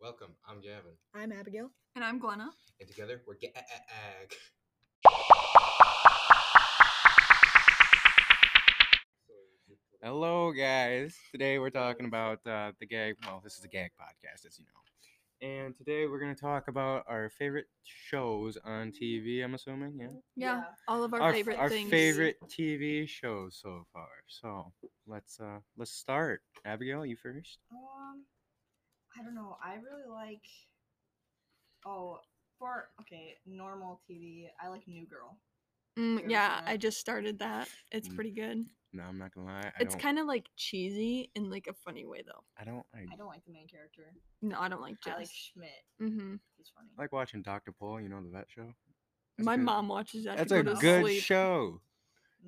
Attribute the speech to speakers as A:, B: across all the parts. A: Welcome. I'm Gavin,
B: I'm Abigail.
C: And I'm Glenna.
A: and together we're Gag.
D: Hello, guys. Today we're talking about uh, the gag. Well, this is the gag podcast, as you know. And today we're going to talk about our favorite shows on TV, I'm assuming. Yeah.
C: Yeah. All of our,
D: f-
C: favorite
D: our
C: things.
D: favorite TV shows so far. So let's uh let's start. Abigail, you first.
E: Um, I don't know. I really like. Oh, for okay, normal TV. I like New Girl.
C: Mm,
E: Favorite
C: yeah,
E: snack.
C: I just started that. It's
D: Mm.
C: pretty good.
D: No, I'm not gonna lie. I
C: it's
D: don't,
C: kind of like cheesy in like a funny way though.
D: I don't. I
E: I don't like the main character.
C: No, I don't like
E: I like
C: Jess.
E: Schmidt.
C: hmm
E: He's funny.
D: like watching Doctor Paul. You know the vet show. That's a
C: My
D: good-
C: mom watches that.
D: That's
C: to
D: a
C: go to
D: good
C: sleep.
D: show.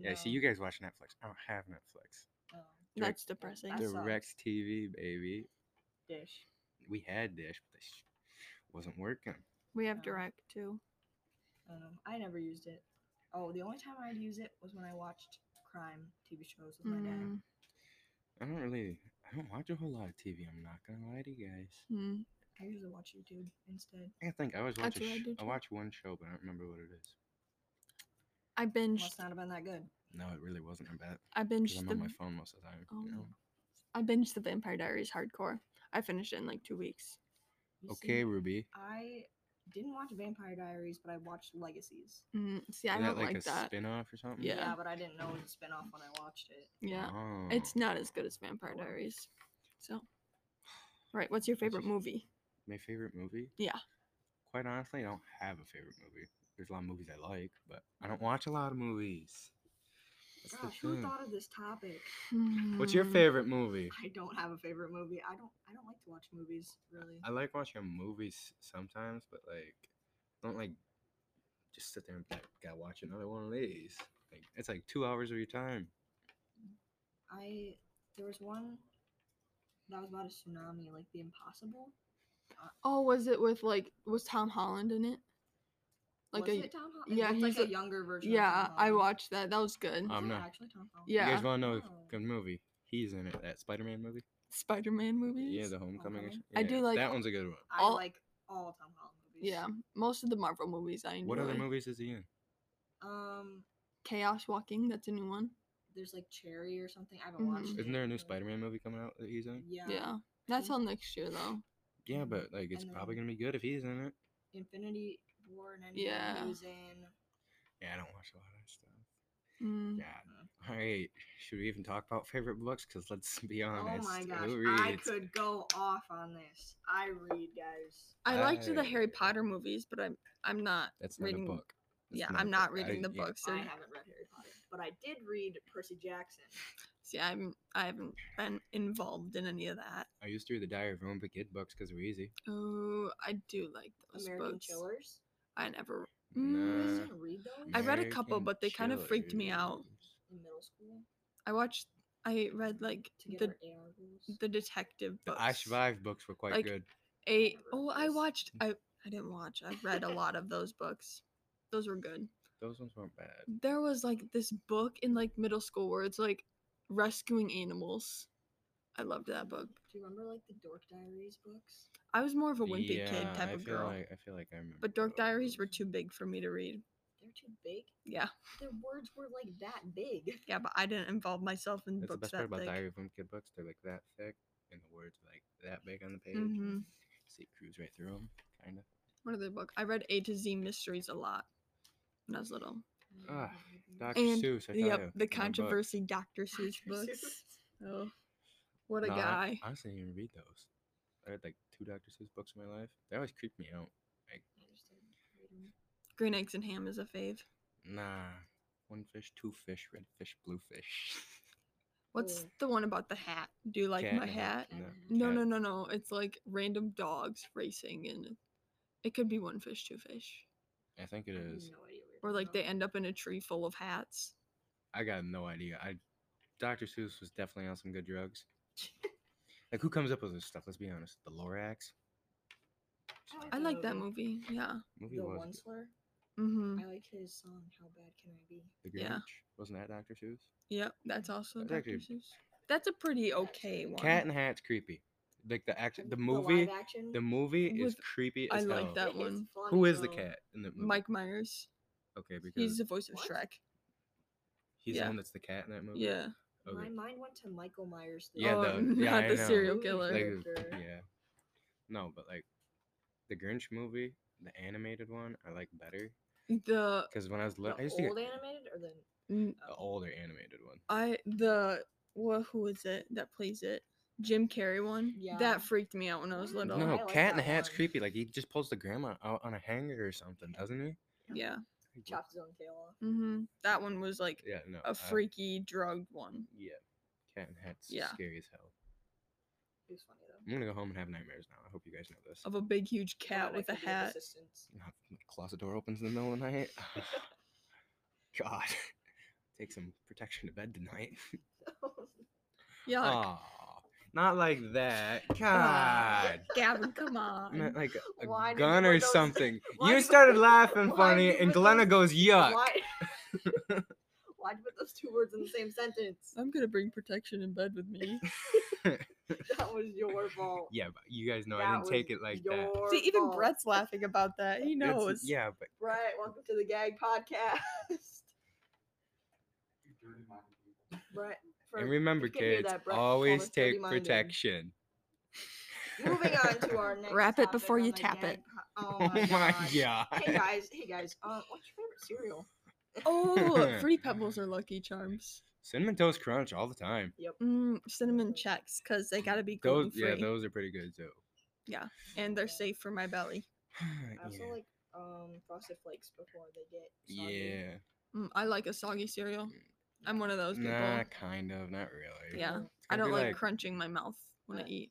D: Yeah.
E: No,
D: See,
E: um,
D: you guys watch Netflix. I don't have Netflix.
E: no,
C: That's depressing.
E: That sucks.
D: Direct TV, baby.
E: Dish.
D: we had Dish, but this sh- wasn't working.
C: we have
E: No.
C: direct too.
E: I don't know. I never used it. Oh, the only time I'd use it was when I watched crime TV shows with my dad.
C: Mm,
D: I don't really, I don't watch a whole lot of TV. I'm not gonna lie to you guys.
C: mm.
E: I usually watch YouTube instead.
D: I think I always watch.
C: That's
D: A
C: what I
D: sh-
C: do
D: I
C: too.
D: watch one show, but I don't remember what it is.
C: I binged.
E: Must not have been that good.
D: No, it really wasn't. I bet
C: I
D: because
C: binged
D: I'm
C: the.
D: on my phone most of the time.
C: Oh,
D: you know?
C: I binged the Vampire Diaries hardcore. I finished it in like two weeks.
E: You see,
D: Okay, Ruby.
E: I didn't watch Vampire Diaries, but I watched Legacies.
C: Mm, see, I
D: is
C: don't
D: that like,
C: like,
D: a
C: that.
D: spin-off or something?
C: Yeah.
E: but I didn't know it was a spin off when I watched it.
C: Yeah,
D: Oh.
C: it's not as good as Vampire Diaries. So, right, what's your favorite
D: just-
C: movie?
D: my favorite movie.
C: Yeah.
D: Quite honestly, I don't have a favorite movie. There's a lot of movies I like, but I
C: Mm.
D: don't watch a lot of movies. That's
E: Gosh,
D: the
E: who
D: thing.
E: thought of this topic?
D: What's your
C: Hmm.
D: favorite movie?
E: I don't have a favorite movie. I don't. I don't like to watch movies really.
D: I like watching movies sometimes, but like I don't like just sit there and be like, gotta watch another one of these. Like it's like two hours of your time.
E: I there was one that was about a tsunami, like The Impossible.
C: Oh, was it with like was Tom Holland in it? Like
E: was
C: a
E: it Tom Holland?
C: yeah,
E: it's
C: he's
E: like a,
C: a-
E: younger version. of Tom
C: yeah, I
E: Holland.
C: watched that. That was good.
E: Was
D: Um,
E: it
D: no.
E: actually Tom Holland?
C: Yeah.
D: You guys wanna know a
E: Oh.
D: good movie? He's in it. That Spider Man movie?
C: Spider-Man movies. Oh,
D: Yeah, the homecoming. or
E: Homecoming?
D: so-
C: I do
D: yeah,
C: like-
D: that one's a good one.
E: I
C: all-
E: like all Tom Holland movies.
C: yeah, most of the Marvel movies I enjoy.
D: What other movies is he in?
E: Um,
C: Chaos Walking. That's a new one.
E: there's like Cherry or something. I haven't
C: Mhm.
E: watched.
D: Isn't there a new
E: but-
D: Spider Man movie coming out that he's in?
E: Yeah.
C: Yeah, that's
E: think-
C: all next year though. Mm-hmm.
D: Yeah,
E: Mhm.
D: but like it's
E: And
D: probably
E: then-
D: gonna be good if he's in it.
E: Infinity War and anyone
C: Yeah.
E: who's in.
D: Yeah, I don't watch a lot of that stuff.
C: Mm.
E: Mhm.
D: Yeah. All right. Should we even talk about favorite books? Because let's be
E: Oh
D: honest.
E: my gosh,
D: who
E: I
D: reads?
E: could go off on this. I read, guys.
C: I liked the
D: I-
C: Harry Potter movies, but I'm I'm not.
D: That's not
C: reading-
D: a book. That's
C: yeah,
D: a
C: I'm not
D: book. I-
C: reading the
D: yeah.
C: books.
E: I
C: or-
E: haven't read Harry Potter, but I did read Percy Jackson.
C: See, I haven't I haven't been involved in any of that.
D: I used to read the Diary of Rowan but kid books because they're easy.
C: Oh, I do like those
E: American
C: books.
E: Chillers.
C: I never.
E: You guys
D: Nah.
E: didn't read those
C: Mm, I read a couple,
D: American
C: but they kinda freaked me out.
D: Chillers.
E: in middle school
C: I watched. I read like
E: to get
C: the
E: our AR rules.
C: the detective
D: The
C: books.
D: I Survived books were quite
C: Like,
D: good.
C: A
E: never read
C: oh, I
E: those.
C: watched. I I didn't watch. I read a lot of those books. Those were good.
D: Those ones weren't bad.
C: There was like this book in like middle school where it's like rescuing animals. I loved that book.
E: Do you remember like the Dork Diaries books?
C: I was more of a wimpy kid
D: Yeah,
C: type
D: I
C: of
D: feel
C: girl.
D: Like, I feel like I remember.
C: but Dark
D: those.
C: Diaries were too big for me to read.
E: They're too big.
C: Yeah,
E: Their words were like that big.
C: yeah, but I didn't involve myself in
D: That's the
C: books
D: best part
C: that
D: about
C: thick.
D: Diary of a Wimpy Kid books. They're like that thick, and the words are, like that big on the page.
C: Mhm.
D: See, it cruise right through them, kind of.
C: What other book? I read A to Z mysteries a lot when I was little.
D: Ah, Dr.
C: And
D: Seuss. I
C: yep,
D: tell ya,
C: the
D: my book.
C: controversy Dr. Seuss books. Oh, what a
D: Nah, I-
C: guy!
D: I honestly didn't even read those. I read like two Dr. Seuss books in my life. They always creeped me out.
C: Green eggs and ham is a fave.
D: Nah. One fish, two fish, red fish, blue fish.
C: What's
E: Oh.
C: the one about the hat? Do you like
D: Cat
C: my
D: in a
C: hat?
E: hat.
C: No,
D: cat.
C: no, no, no. It's like random dogs racing, and it could be one fish, two fish,
D: I think it is.
C: or like
D: Oh.
C: they end up in a tree full of hats.
D: I got no idea. I Dr. Seuss was definitely on some good drugs. like who comes up with this stuff? Let's be honest. The Lorax
E: I
C: I
E: The
C: like
D: Oh.
C: that
E: movie.
C: movie. Yeah.
D: movie
E: The
D: was
E: One
D: good.
E: Slur.
C: Mm-hmm.
E: I liked his song. How bad can I be?
D: The Grinch.
C: yeah.
D: Wasn't that Dr. Seuss?
C: Yep. That's also
D: That's
C: Dr.
D: actually-
C: Seuss. That's a pretty okay one.
D: Cat and Hat's creepy. like the action, the movie,
E: live action.
D: the movie is
C: With-
D: creepy
C: I
D: as
C: like
D: hell.
C: that
E: It
C: one.
E: fun
D: Who
E: as
D: is the
E: hell.
D: cat in the movie?
C: Mike Myers.
D: Okay, because
C: He's
D: he's,
C: the voice of
E: What?
C: Shrek.
D: the
C: yeah.
D: one that's the cat in that movie.
C: Yeah.
E: My
D: Okay.
E: mind went to Michael Myers. though.
D: Yeah,
C: Oh,
D: the- yeah,
C: not
D: I
C: the
D: know.
C: serial
E: Movie
C: killer.
D: Like,
E: character.
D: yeah. No, but like the Grinch movie, the animated one, I like better
C: Uh, The
D: because when I was
E: The
D: little, I used
E: old
D: to get
E: animated or the
C: n-
D: the older animated one.
C: I the what who is it that plays it? Jim Carrey one.
E: Yeah.
C: That freaked me out when I was
E: No,
C: little.
D: No,
E: I like
D: Cat in the
E: that
D: Hat's
E: one.
D: creepy. Like he just pulls the grandma out on a hanger or something, doesn't he?
C: Yeah.
D: Like, what-
E: chopped his own tail off.
C: hmm That one was like
D: Yeah, no. I-
C: a freaky drugged one.
D: yeah, Cat in the Hat's
C: Yeah.
D: scary as hell.
E: It was funny though.
D: I'm gonna go home and have nightmares now. I hope you guys know this.
C: Of a big huge
D: Oh,
C: cat
E: Glad I
C: with a
E: could be of
C: hat.
E: assistance.
D: Ah, my closet door opens in the middle of the night. God, take some protection to bed tonight.
C: Yeah.
D: Aw, not like that.
E: Ah.
D: God,
C: Gavin, come on.
D: meant uh, like a
E: Why did you
D: gun
E: put
D: or
E: those-
D: something.
E: why
D: you
E: did you
D: started
E: put-
D: laughing
E: why
D: funny,
E: did you
D: and
E: put
D: Glenna
E: those-
D: goes, "Yuck."
E: Why? Why'd you put those two words in the same sentence?
C: I'm gonna bring protection in bed with me.
E: That was your fault.
D: Yeah, but you guys know I
E: That
D: didn't take
E: was
D: it like that.
E: your
C: See, even
E: fault.
C: Brett's laughing about that. He
D: It's- uh,
C: knows.
D: yeah, but
E: Brett, welcome to the Gag Podcast. Brett, for-
D: and remember,
E: if you can hear
D: kids,
E: that, Brett called
D: always
E: us dirty
D: take
E: minded.
D: protection.
E: Moving on to our next.
C: Wrap it
E: topic
C: before
E: on
C: you
E: the
C: tap
E: gag
C: it.
E: po-
D: Oh my
E: gosh.
D: god.
E: Hey guys, hey guys. Uh, what's your favorite cereal?
C: Oh, Fruity Pebbles are Lucky Charms.
D: Cinnamon Toast Crunch all the time.
C: Mm, cinnamon checks because they gotta be gluten
D: Those,
C: free
D: yeah, those are pretty good too.
C: and they're safe for my belly.
E: I also
D: yeah.
E: like um Frosted Flakes before they get. soggy.
D: yeah.
C: Mm, I like a soggy cereal. I'm one of those people.
D: Nah, kind of, not really.
C: Yeah.
E: Mm,
D: It's
C: I
D: gonna
C: don't
D: be
C: like, crunching my mouth when I
E: Uh,
C: eat.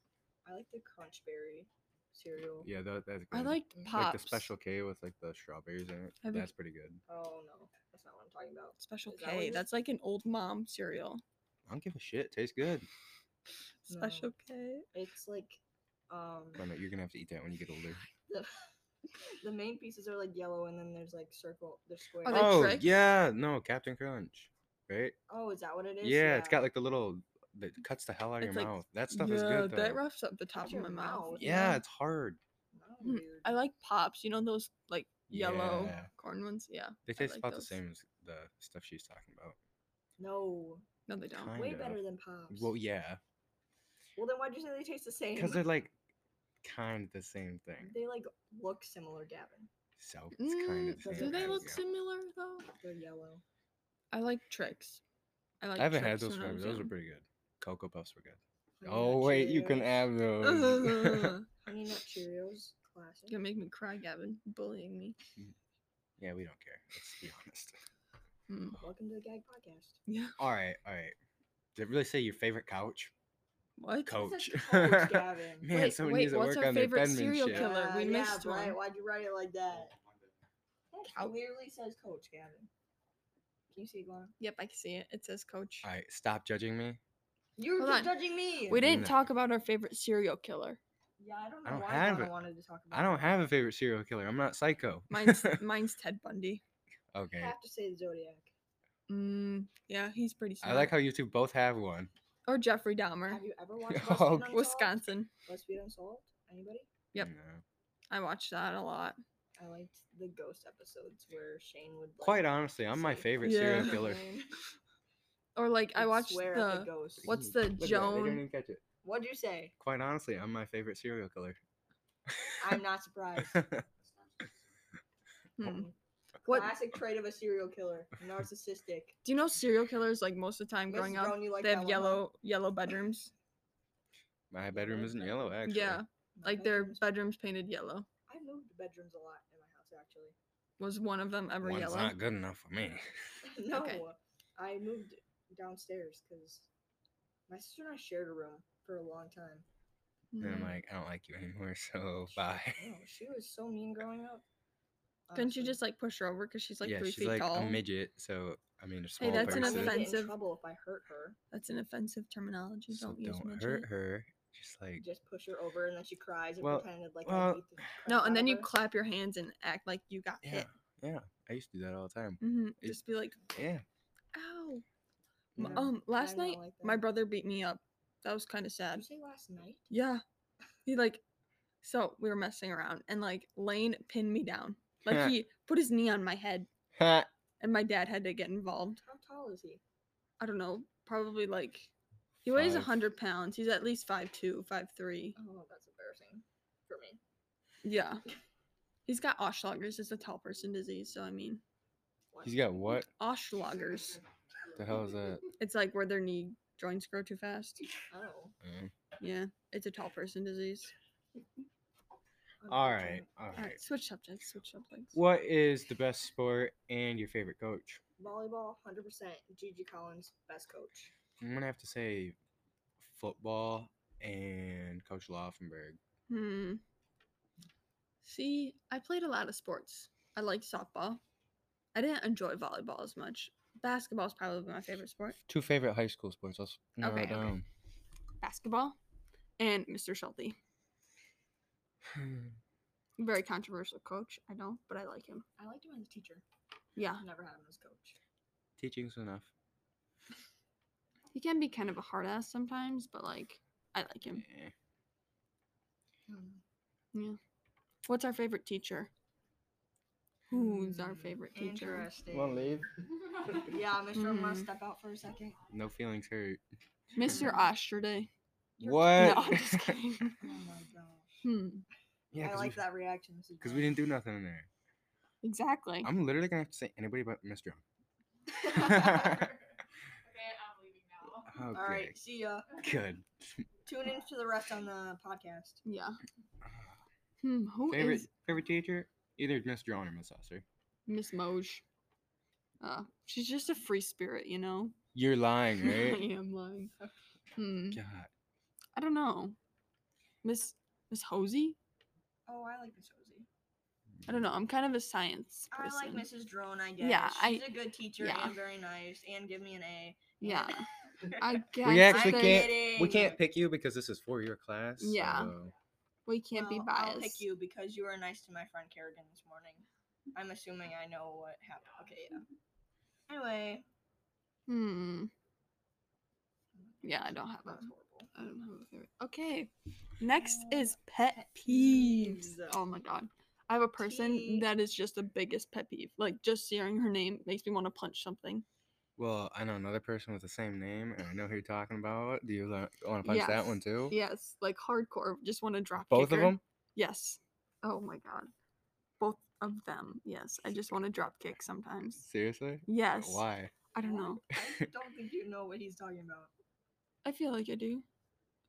E: I like the Crunch Berry cereal.
D: Yeah, that, that's good.
C: I liked pops.
D: mm, Like the special K with like the strawberries in it.
C: Have you-
D: that's pretty good.
E: Oh no, that's not what I'm talking about.
C: Special
E: Is that what it
C: K.
E: is?
C: That's like an old mom cereal.
D: I don't give a shit. Tastes good.
E: No.
C: Special K.
E: It's like um
D: Glenna, you're gonna have to eat that when you get older.
E: the, the main pieces are like yellow and then there's like circle, there's square.
C: Are they
D: oh
C: tricks?
D: yeah, no, Captain Crunch, right?
E: Oh, is that what it is?
D: Yeah, it's got like the little that cuts the hell out of
C: Mm. It's
D: your
C: like-
D: mouth. That stuff
C: yeah,
D: is good though.
C: that roughs up the top
E: your
C: of my mouth.
E: mouth.
D: yeah,
E: yeah.
D: it's hard.
E: No,
C: Mm,
E: dude.
C: I like pops. You know those like yellow
D: Yeah.
C: corn ones? Yeah.
D: They
C: I
D: taste
C: like
D: about
C: those.
D: the same as the stuff she's talking about.
E: no,
C: No, they don't.
D: Kind
E: way
D: of.
E: better than pops.
D: Well, yeah,
E: Well, then why'd you say they taste the same?
D: because they're like kind of the same thing.
E: They like look similar, Gavin.
D: So it's kind of
C: Mm,
D: the same.
C: do they
D: kind,
C: look
D: yeah.
C: similar though?
E: They're yellow.
C: I like tricks. I like.
D: I haven't had
C: Trix
D: those
C: when I
D: forever.
C: was
D: Those were
C: young.
D: pretty good. Cocoa Puffs were good.
E: Honey
D: Oh
E: Nut
D: wait, you can
E: Cheerios-
D: have those.
C: Ugh.
E: Honey Nut Cheerios, classic.
C: You're gonna make me cry, Gavin. Bullying me.
D: yeah, we don't care. Let's be honest.
C: Mm.
E: Welcome to the Gag Podcast.
C: Yeah.
D: All right, all right. Did it really say your favorite couch?
C: What?
D: Co-
E: It says
D: Coach.
E: Coach, Gavin.
D: Man,
C: Wait,
D: someone
C: wait,
D: needs to
C: what's
D: work
C: our
D: on their
C: favorite serial
D: penmanship.
C: killer? We
E: yeah,
C: missed
E: Brian,
C: one.
E: Why'd you write it like that? It
C: Couch.
E: clearly says Coach Gavin. Oh. Can you see Glenn?
C: Yep, I can see it. It says coach.
D: All right, stop judging me.
E: You were
C: Hold
E: just
C: on.
E: judging me.
C: We didn't
D: No.
C: talk about our favorite serial killer.
E: Yeah, I don't know
D: I don't
E: why
D: have
E: Glenn
D: it.
E: wanted to talk about.
D: I don't
E: it.
D: have a favorite serial killer. I'm not psycho.
C: Mine's mine's Ted Bundy.
E: I
D: okay.
E: have to say the Zodiac.
C: Mm, yeah, he's pretty.
D: I
C: Smart.
D: like how you two both have one.
C: Or Jeffrey Dahmer,
E: Have you ever watched
D: Oh,
E: Buzzfeed Unsolved?
C: Wisconsin.
E: Buzzfeed Unsolved. Anybody?
C: Yep.
D: No.
C: I watched that a lot.
E: I liked the ghost episodes where Shane would. Like,
D: Quite honestly, I'm my
E: say
D: favorite
E: things
D: serial
E: with
C: Yeah.
E: his
D: killer.
E: name.
C: Or like I
E: He'd
C: watched
E: swear at
C: the.
E: ghost.
C: what- What's the
D: Look at that, they didn't
C: Joan-
D: even catch it.
E: What'd you say?
D: Quite honestly, I'm my favorite serial killer.
E: I'm not surprised.
C: Hmm. What
E: Classic trait of a serial killer: narcissistic.
C: do you know? Serial killers like most of the time
E: Mrs.
C: growing up,
E: Brown, you like
C: they have
E: that one, huh?
C: yellow yellow bedrooms.
D: my bedroom isn't yellow, actually.
C: Yeah,
E: My
C: like their
E: bedrooms-
C: bedrooms painted yellow.
E: I moved bedrooms a lot in my house actually.
C: Was one of them ever
D: One's
C: yellow?
D: not good enough for me.
E: No,
C: Okay.
E: I moved downstairs because my sister and I shared a room for a long time.
D: And I'm
C: Mm.
D: like, I don't like you anymore, so Oh, bye.
E: No, she was so mean growing up.
C: Couldn't you
E: honestly.
C: just like push her over because she's like
D: yeah,
C: three
D: she's
C: feet
D: like
C: tall?
D: a midget, so I mean a small
C: that's an
E: I'm
D: person.
E: gonna get
C: offensive-
E: in trouble if I hurt her.
C: That's an offensive terminology.
D: So
C: don't
D: don't,
C: use midget.
D: hurt her. Just like
E: Just push her over and then she cries and
D: Well,
E: pretended like I
D: well,
E: beat the crap
C: No,
E: out
C: and then
E: of
C: you
E: her.
C: clap your hands and act like you got
D: yeah,
C: hit.
D: yeah. I used to do that all the time.
C: hmm
D: It-
C: Just be like,
D: Yeah.
C: ow. M-
E: Yeah,
C: Um, last
E: not
C: night
E: like
C: my
E: that.
C: brother beat me up. That was kind of
E: Did
C: sad.
E: you say last night?
C: Yeah, he like so we were messing around and like Lane pinned me down. Like he put his knee on my head
D: Ha.
C: and my dad had to get involved.
E: How tall is he?
C: I don't know, probably like he weighs a
D: Five.
C: hundred pounds. He's at least five two, five three.
E: Oh, that's embarrassing for me.
C: Yeah. He's got Ashlager's, it's a tall person disease, so I mean
E: What?
D: He's got what?
C: Ashlager's.
D: The hell is that?
C: It's like where their knee joints grow too fast.
E: Oh.
C: Yeah. It's a tall person disease.
D: All right, all
C: All
D: right.
C: right, switch subjects, switch subjects.
D: What is the best sport and your favorite coach?
E: Volleyball, 100%. Gigi Collins, best coach.
D: I'm gonna have to say football and Coach Laufenberg.
C: Hmm. See, I played a lot of sports. I liked softball. I didn't enjoy volleyball as much. Basketball is probably my favorite sport.
D: Two favorite high school sports. Let's narrow
C: Okay,
D: it
C: okay.
D: down.
C: Basketball and Mr. Schulte. Very controversial coach, I know, but I like him.
E: I liked him as a teacher.
C: Yeah.
E: I've never had him as coach.
D: Teaching's enough.
C: He can be kind of a hard ass sometimes, but like I like him.
D: Eh.
E: Hmm.
C: What's our favorite teacher? Who's our
E: Hmm,
C: favorite teacher? Hmm.
E: Interesting. Yeah, Mr. I'm gonna step out for a second.
D: No feelings hurt.
C: Mr. Osterday.
E: You're-
D: What?
C: No, I'm just kidding.
E: Oh my gosh.
C: hmm.
D: yeah,
E: I
D: because
E: like that reaction. Mrs.
D: we,
E: Brown.
D: didn't do nothing in there.
C: Exactly.
D: I'm literally gonna have to say anybody but Mr.
E: okay,
D: Drum. Okay.
E: All right, see ya.
D: Good.
E: Tune in to the rest on the podcast.
C: yeah. Hmm. Who
D: favorite
C: is
D: favorite teacher? Either Miss Drum or Miss Susser.
C: Miss Moj. Uh, she's just a free spirit, you know.
D: You're lying, right?
C: I am lying. Hmm.
D: God.
C: I don't know. Miss Miss Hosey.
E: Oh, I like Miss Rosie.
C: I don't know. I'm kind of a science
E: I
C: person.
E: like Mrs. Drone. I guess.
C: Yeah, I-
E: she's a good teacher
C: yeah.
E: and very nice. And give me an A.
C: Yeah. I guess
D: actually
C: that-
D: can't-
E: kidding.
D: We can't pick you because this is four year class.
C: Yeah.
D: so-
C: We can't be
E: Well,
C: biased.
E: I'll pick you because you were nice to my friend Kerrigan this morning. I'm assuming I know what happened. Okay, yeah. Anyway,
C: Hmm. Yeah, I don't have
E: that
C: a.
E: was horrible.
C: I don't have a favorite. Okay. Next is pet peeves.
E: Uh, peeves.
C: Oh my god. I have a person
E: Tea.
C: that is just the biggest pet peeve. Like just hearing her name makes me want to punch something.
D: Well, I know another person with the same name, and I know who you're talking about. Do you want to punch that one
C: Yes.
D: too?
C: Yes, like hardcore. Just want to drop
D: Both
C: kick
D: of
C: her.
D: them?
C: Yes. Oh my god. Both of them. Yes. I just want to drop kick sometimes.
D: Seriously?
C: Yes.
D: Why?
C: I don't know.
E: I don't think you know what he's talking about.
C: I feel like I do.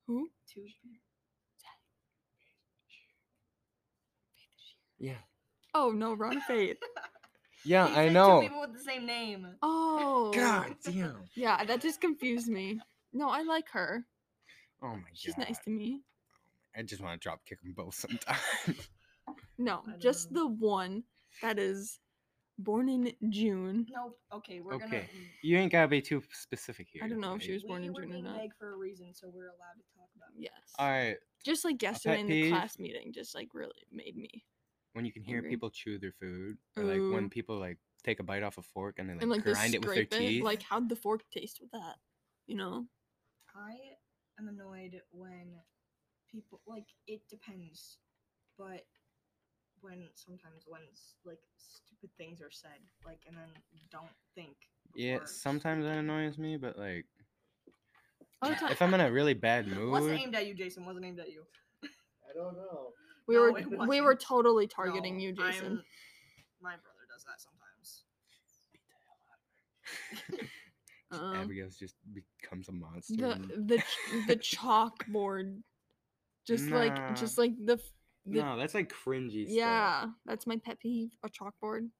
C: Who?
E: Two.
D: Yeah.
C: Oh no, Ron Fate.
D: Yeah,
E: He
D: I
E: said Two
D: know.
E: people with the same name.
C: Oh.
D: God damn.
C: Yeah, that just confused me. No, I like her.
D: Oh my
C: She's
D: god.
C: nice to me.
D: I just want to drop kick them both sometimes.
C: No,
E: I
C: just
E: know.
C: the one that is born in June.
E: Nope. Okay, we're gonna.
D: Okay, you ain't gotta be too specific here.
C: I don't know if she
D: right?
C: was born
E: we
C: in
E: were
C: June or
E: being
C: not.
E: vague for a reason, so we're allowed to talk about. it.
C: Yes.
D: All right.
C: Just like yesterday in the
D: peeve.
C: class meeting, just like really made me.
D: When you can hear
C: Angry.
D: people chew their food, or like
C: Ooh.
D: when people like take a bite off a fork and then like,
C: and like they
D: grind it with their
C: scrape it.
D: teeth.
C: Like how'd the fork taste with that? You know?
E: I am annoyed when people like it depends, but when sometimes when s- like stupid things are said, like and then don't think.
D: yeah,
E: before
D: sometimes that
E: speaking.
D: annoys me, but like
C: All the time.
D: if I'm in a really bad
E: Wasn't
D: mood,
E: aimed at you, Jason. Wasn't aimed at you.
A: I don't know.
C: we
E: No, it
C: were we were
E: wasn't.
C: totally targeting
E: No,
C: you, Jason.
E: I'm- my brother does that sometimes.
C: Um,
D: Abigail's just becomes a monster.
C: the uh,
D: and-
C: the ch- the chalkboard, just
D: Nah.
C: like just like the f- the
D: no, that's like cringy. stuff.
C: yeah, that's my pet peeve. A chalkboard,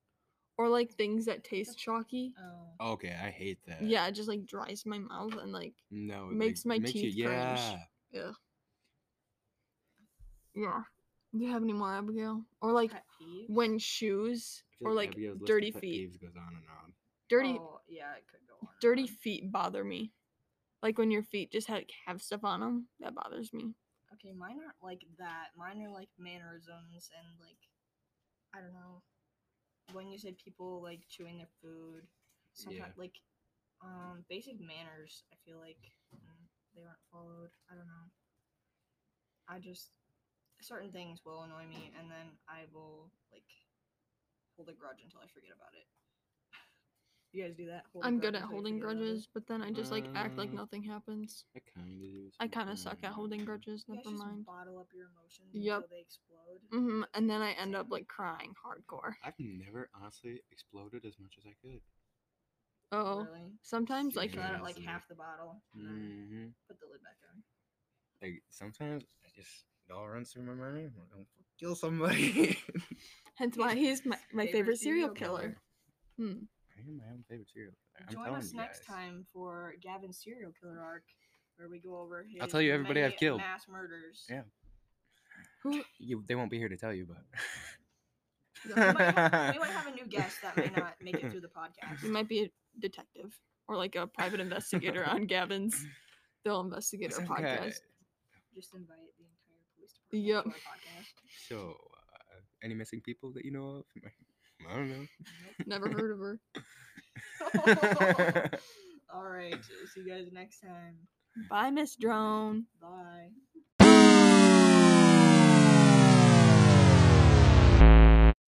C: or like things that taste chalky.
E: Oh.
D: Okay, I hate that.
C: Yeah, it just like dries my mouth and like
D: No, it
C: Makes my teeth
D: You,
C: cringe.
D: yeah.
C: yeah. Do you have any more, Abigail? Or like
E: Oh, pet peeve?
C: when shoes
D: I feel
C: or like
D: Abigail's list of
C: dirty
D: pet
C: feet,
D: peeves goes on and on.
C: dirty
E: Oh, yeah, it could go on. and
C: dirty
E: on.
C: feet bother me. Like when your feet just have, have stuff on them, that bothers me.
E: Okay, mine aren't like that. Mine are like mannerisms and like I don't know. When you said people like chewing their food, sometimes
D: Yeah.
E: like um basic manners, I feel like mm, they aren't followed. I don't know. I just certain things will annoy me, and then I will like hold a grudge until I forget about it. You guys do that? Hold a
C: I'm
E: grudge
C: good at
E: until you
C: holding
E: forget about it?
C: grudges, Mm. but then I just like act like
D: Um,
C: nothing happens.
D: I kind of do.
C: I kind of suck at holding
D: sometimes.
C: grudges.
E: You guys
C: Never
E: just
C: mind.
E: Bottle up your emotions
C: Yep.
E: until they explode.
C: hmm And then I end up like crying hardcore.
D: I've never honestly exploded as much as I could.
C: Oh,
E: Really?
C: sometimes
E: Like
C: like
D: Yeah,
E: like
D: so-
E: half the bottle, and then
D: Mm-hmm.
E: put the lid back on.
D: Like sometimes I just it all runs through my mind. I'm gonna kill somebody.
C: hence
E: He's
C: why he's my, my
E: favorite
C: favorite serial
E: serial
C: killer. Hmm.
D: I am my own favorite serial killer. I'm
E: Join
D: telling
E: us
D: you
E: next
D: guys.
E: time for Gavin's serial killer arc, where we go over his.
D: I'll tell you everybody I've
E: many
D: killed.
E: Mass murders.
D: Yeah.
C: Who
D: You, they won't be here to tell you, but
E: We might, have, we might have a new guest that may not make it through the
C: you
E: podcast.
C: might be a detective or like a private investigator on Gavin's They'll investigate our
D: Some guy-
C: podcast.
E: Just invite the entire police department
C: Yep.
E: to our podcast.
D: So, uh, any missing people that you know of? I don't know.
C: Never heard of her.
E: All right. See you guys next time.
C: Bye, Miss Drone.
E: Bye.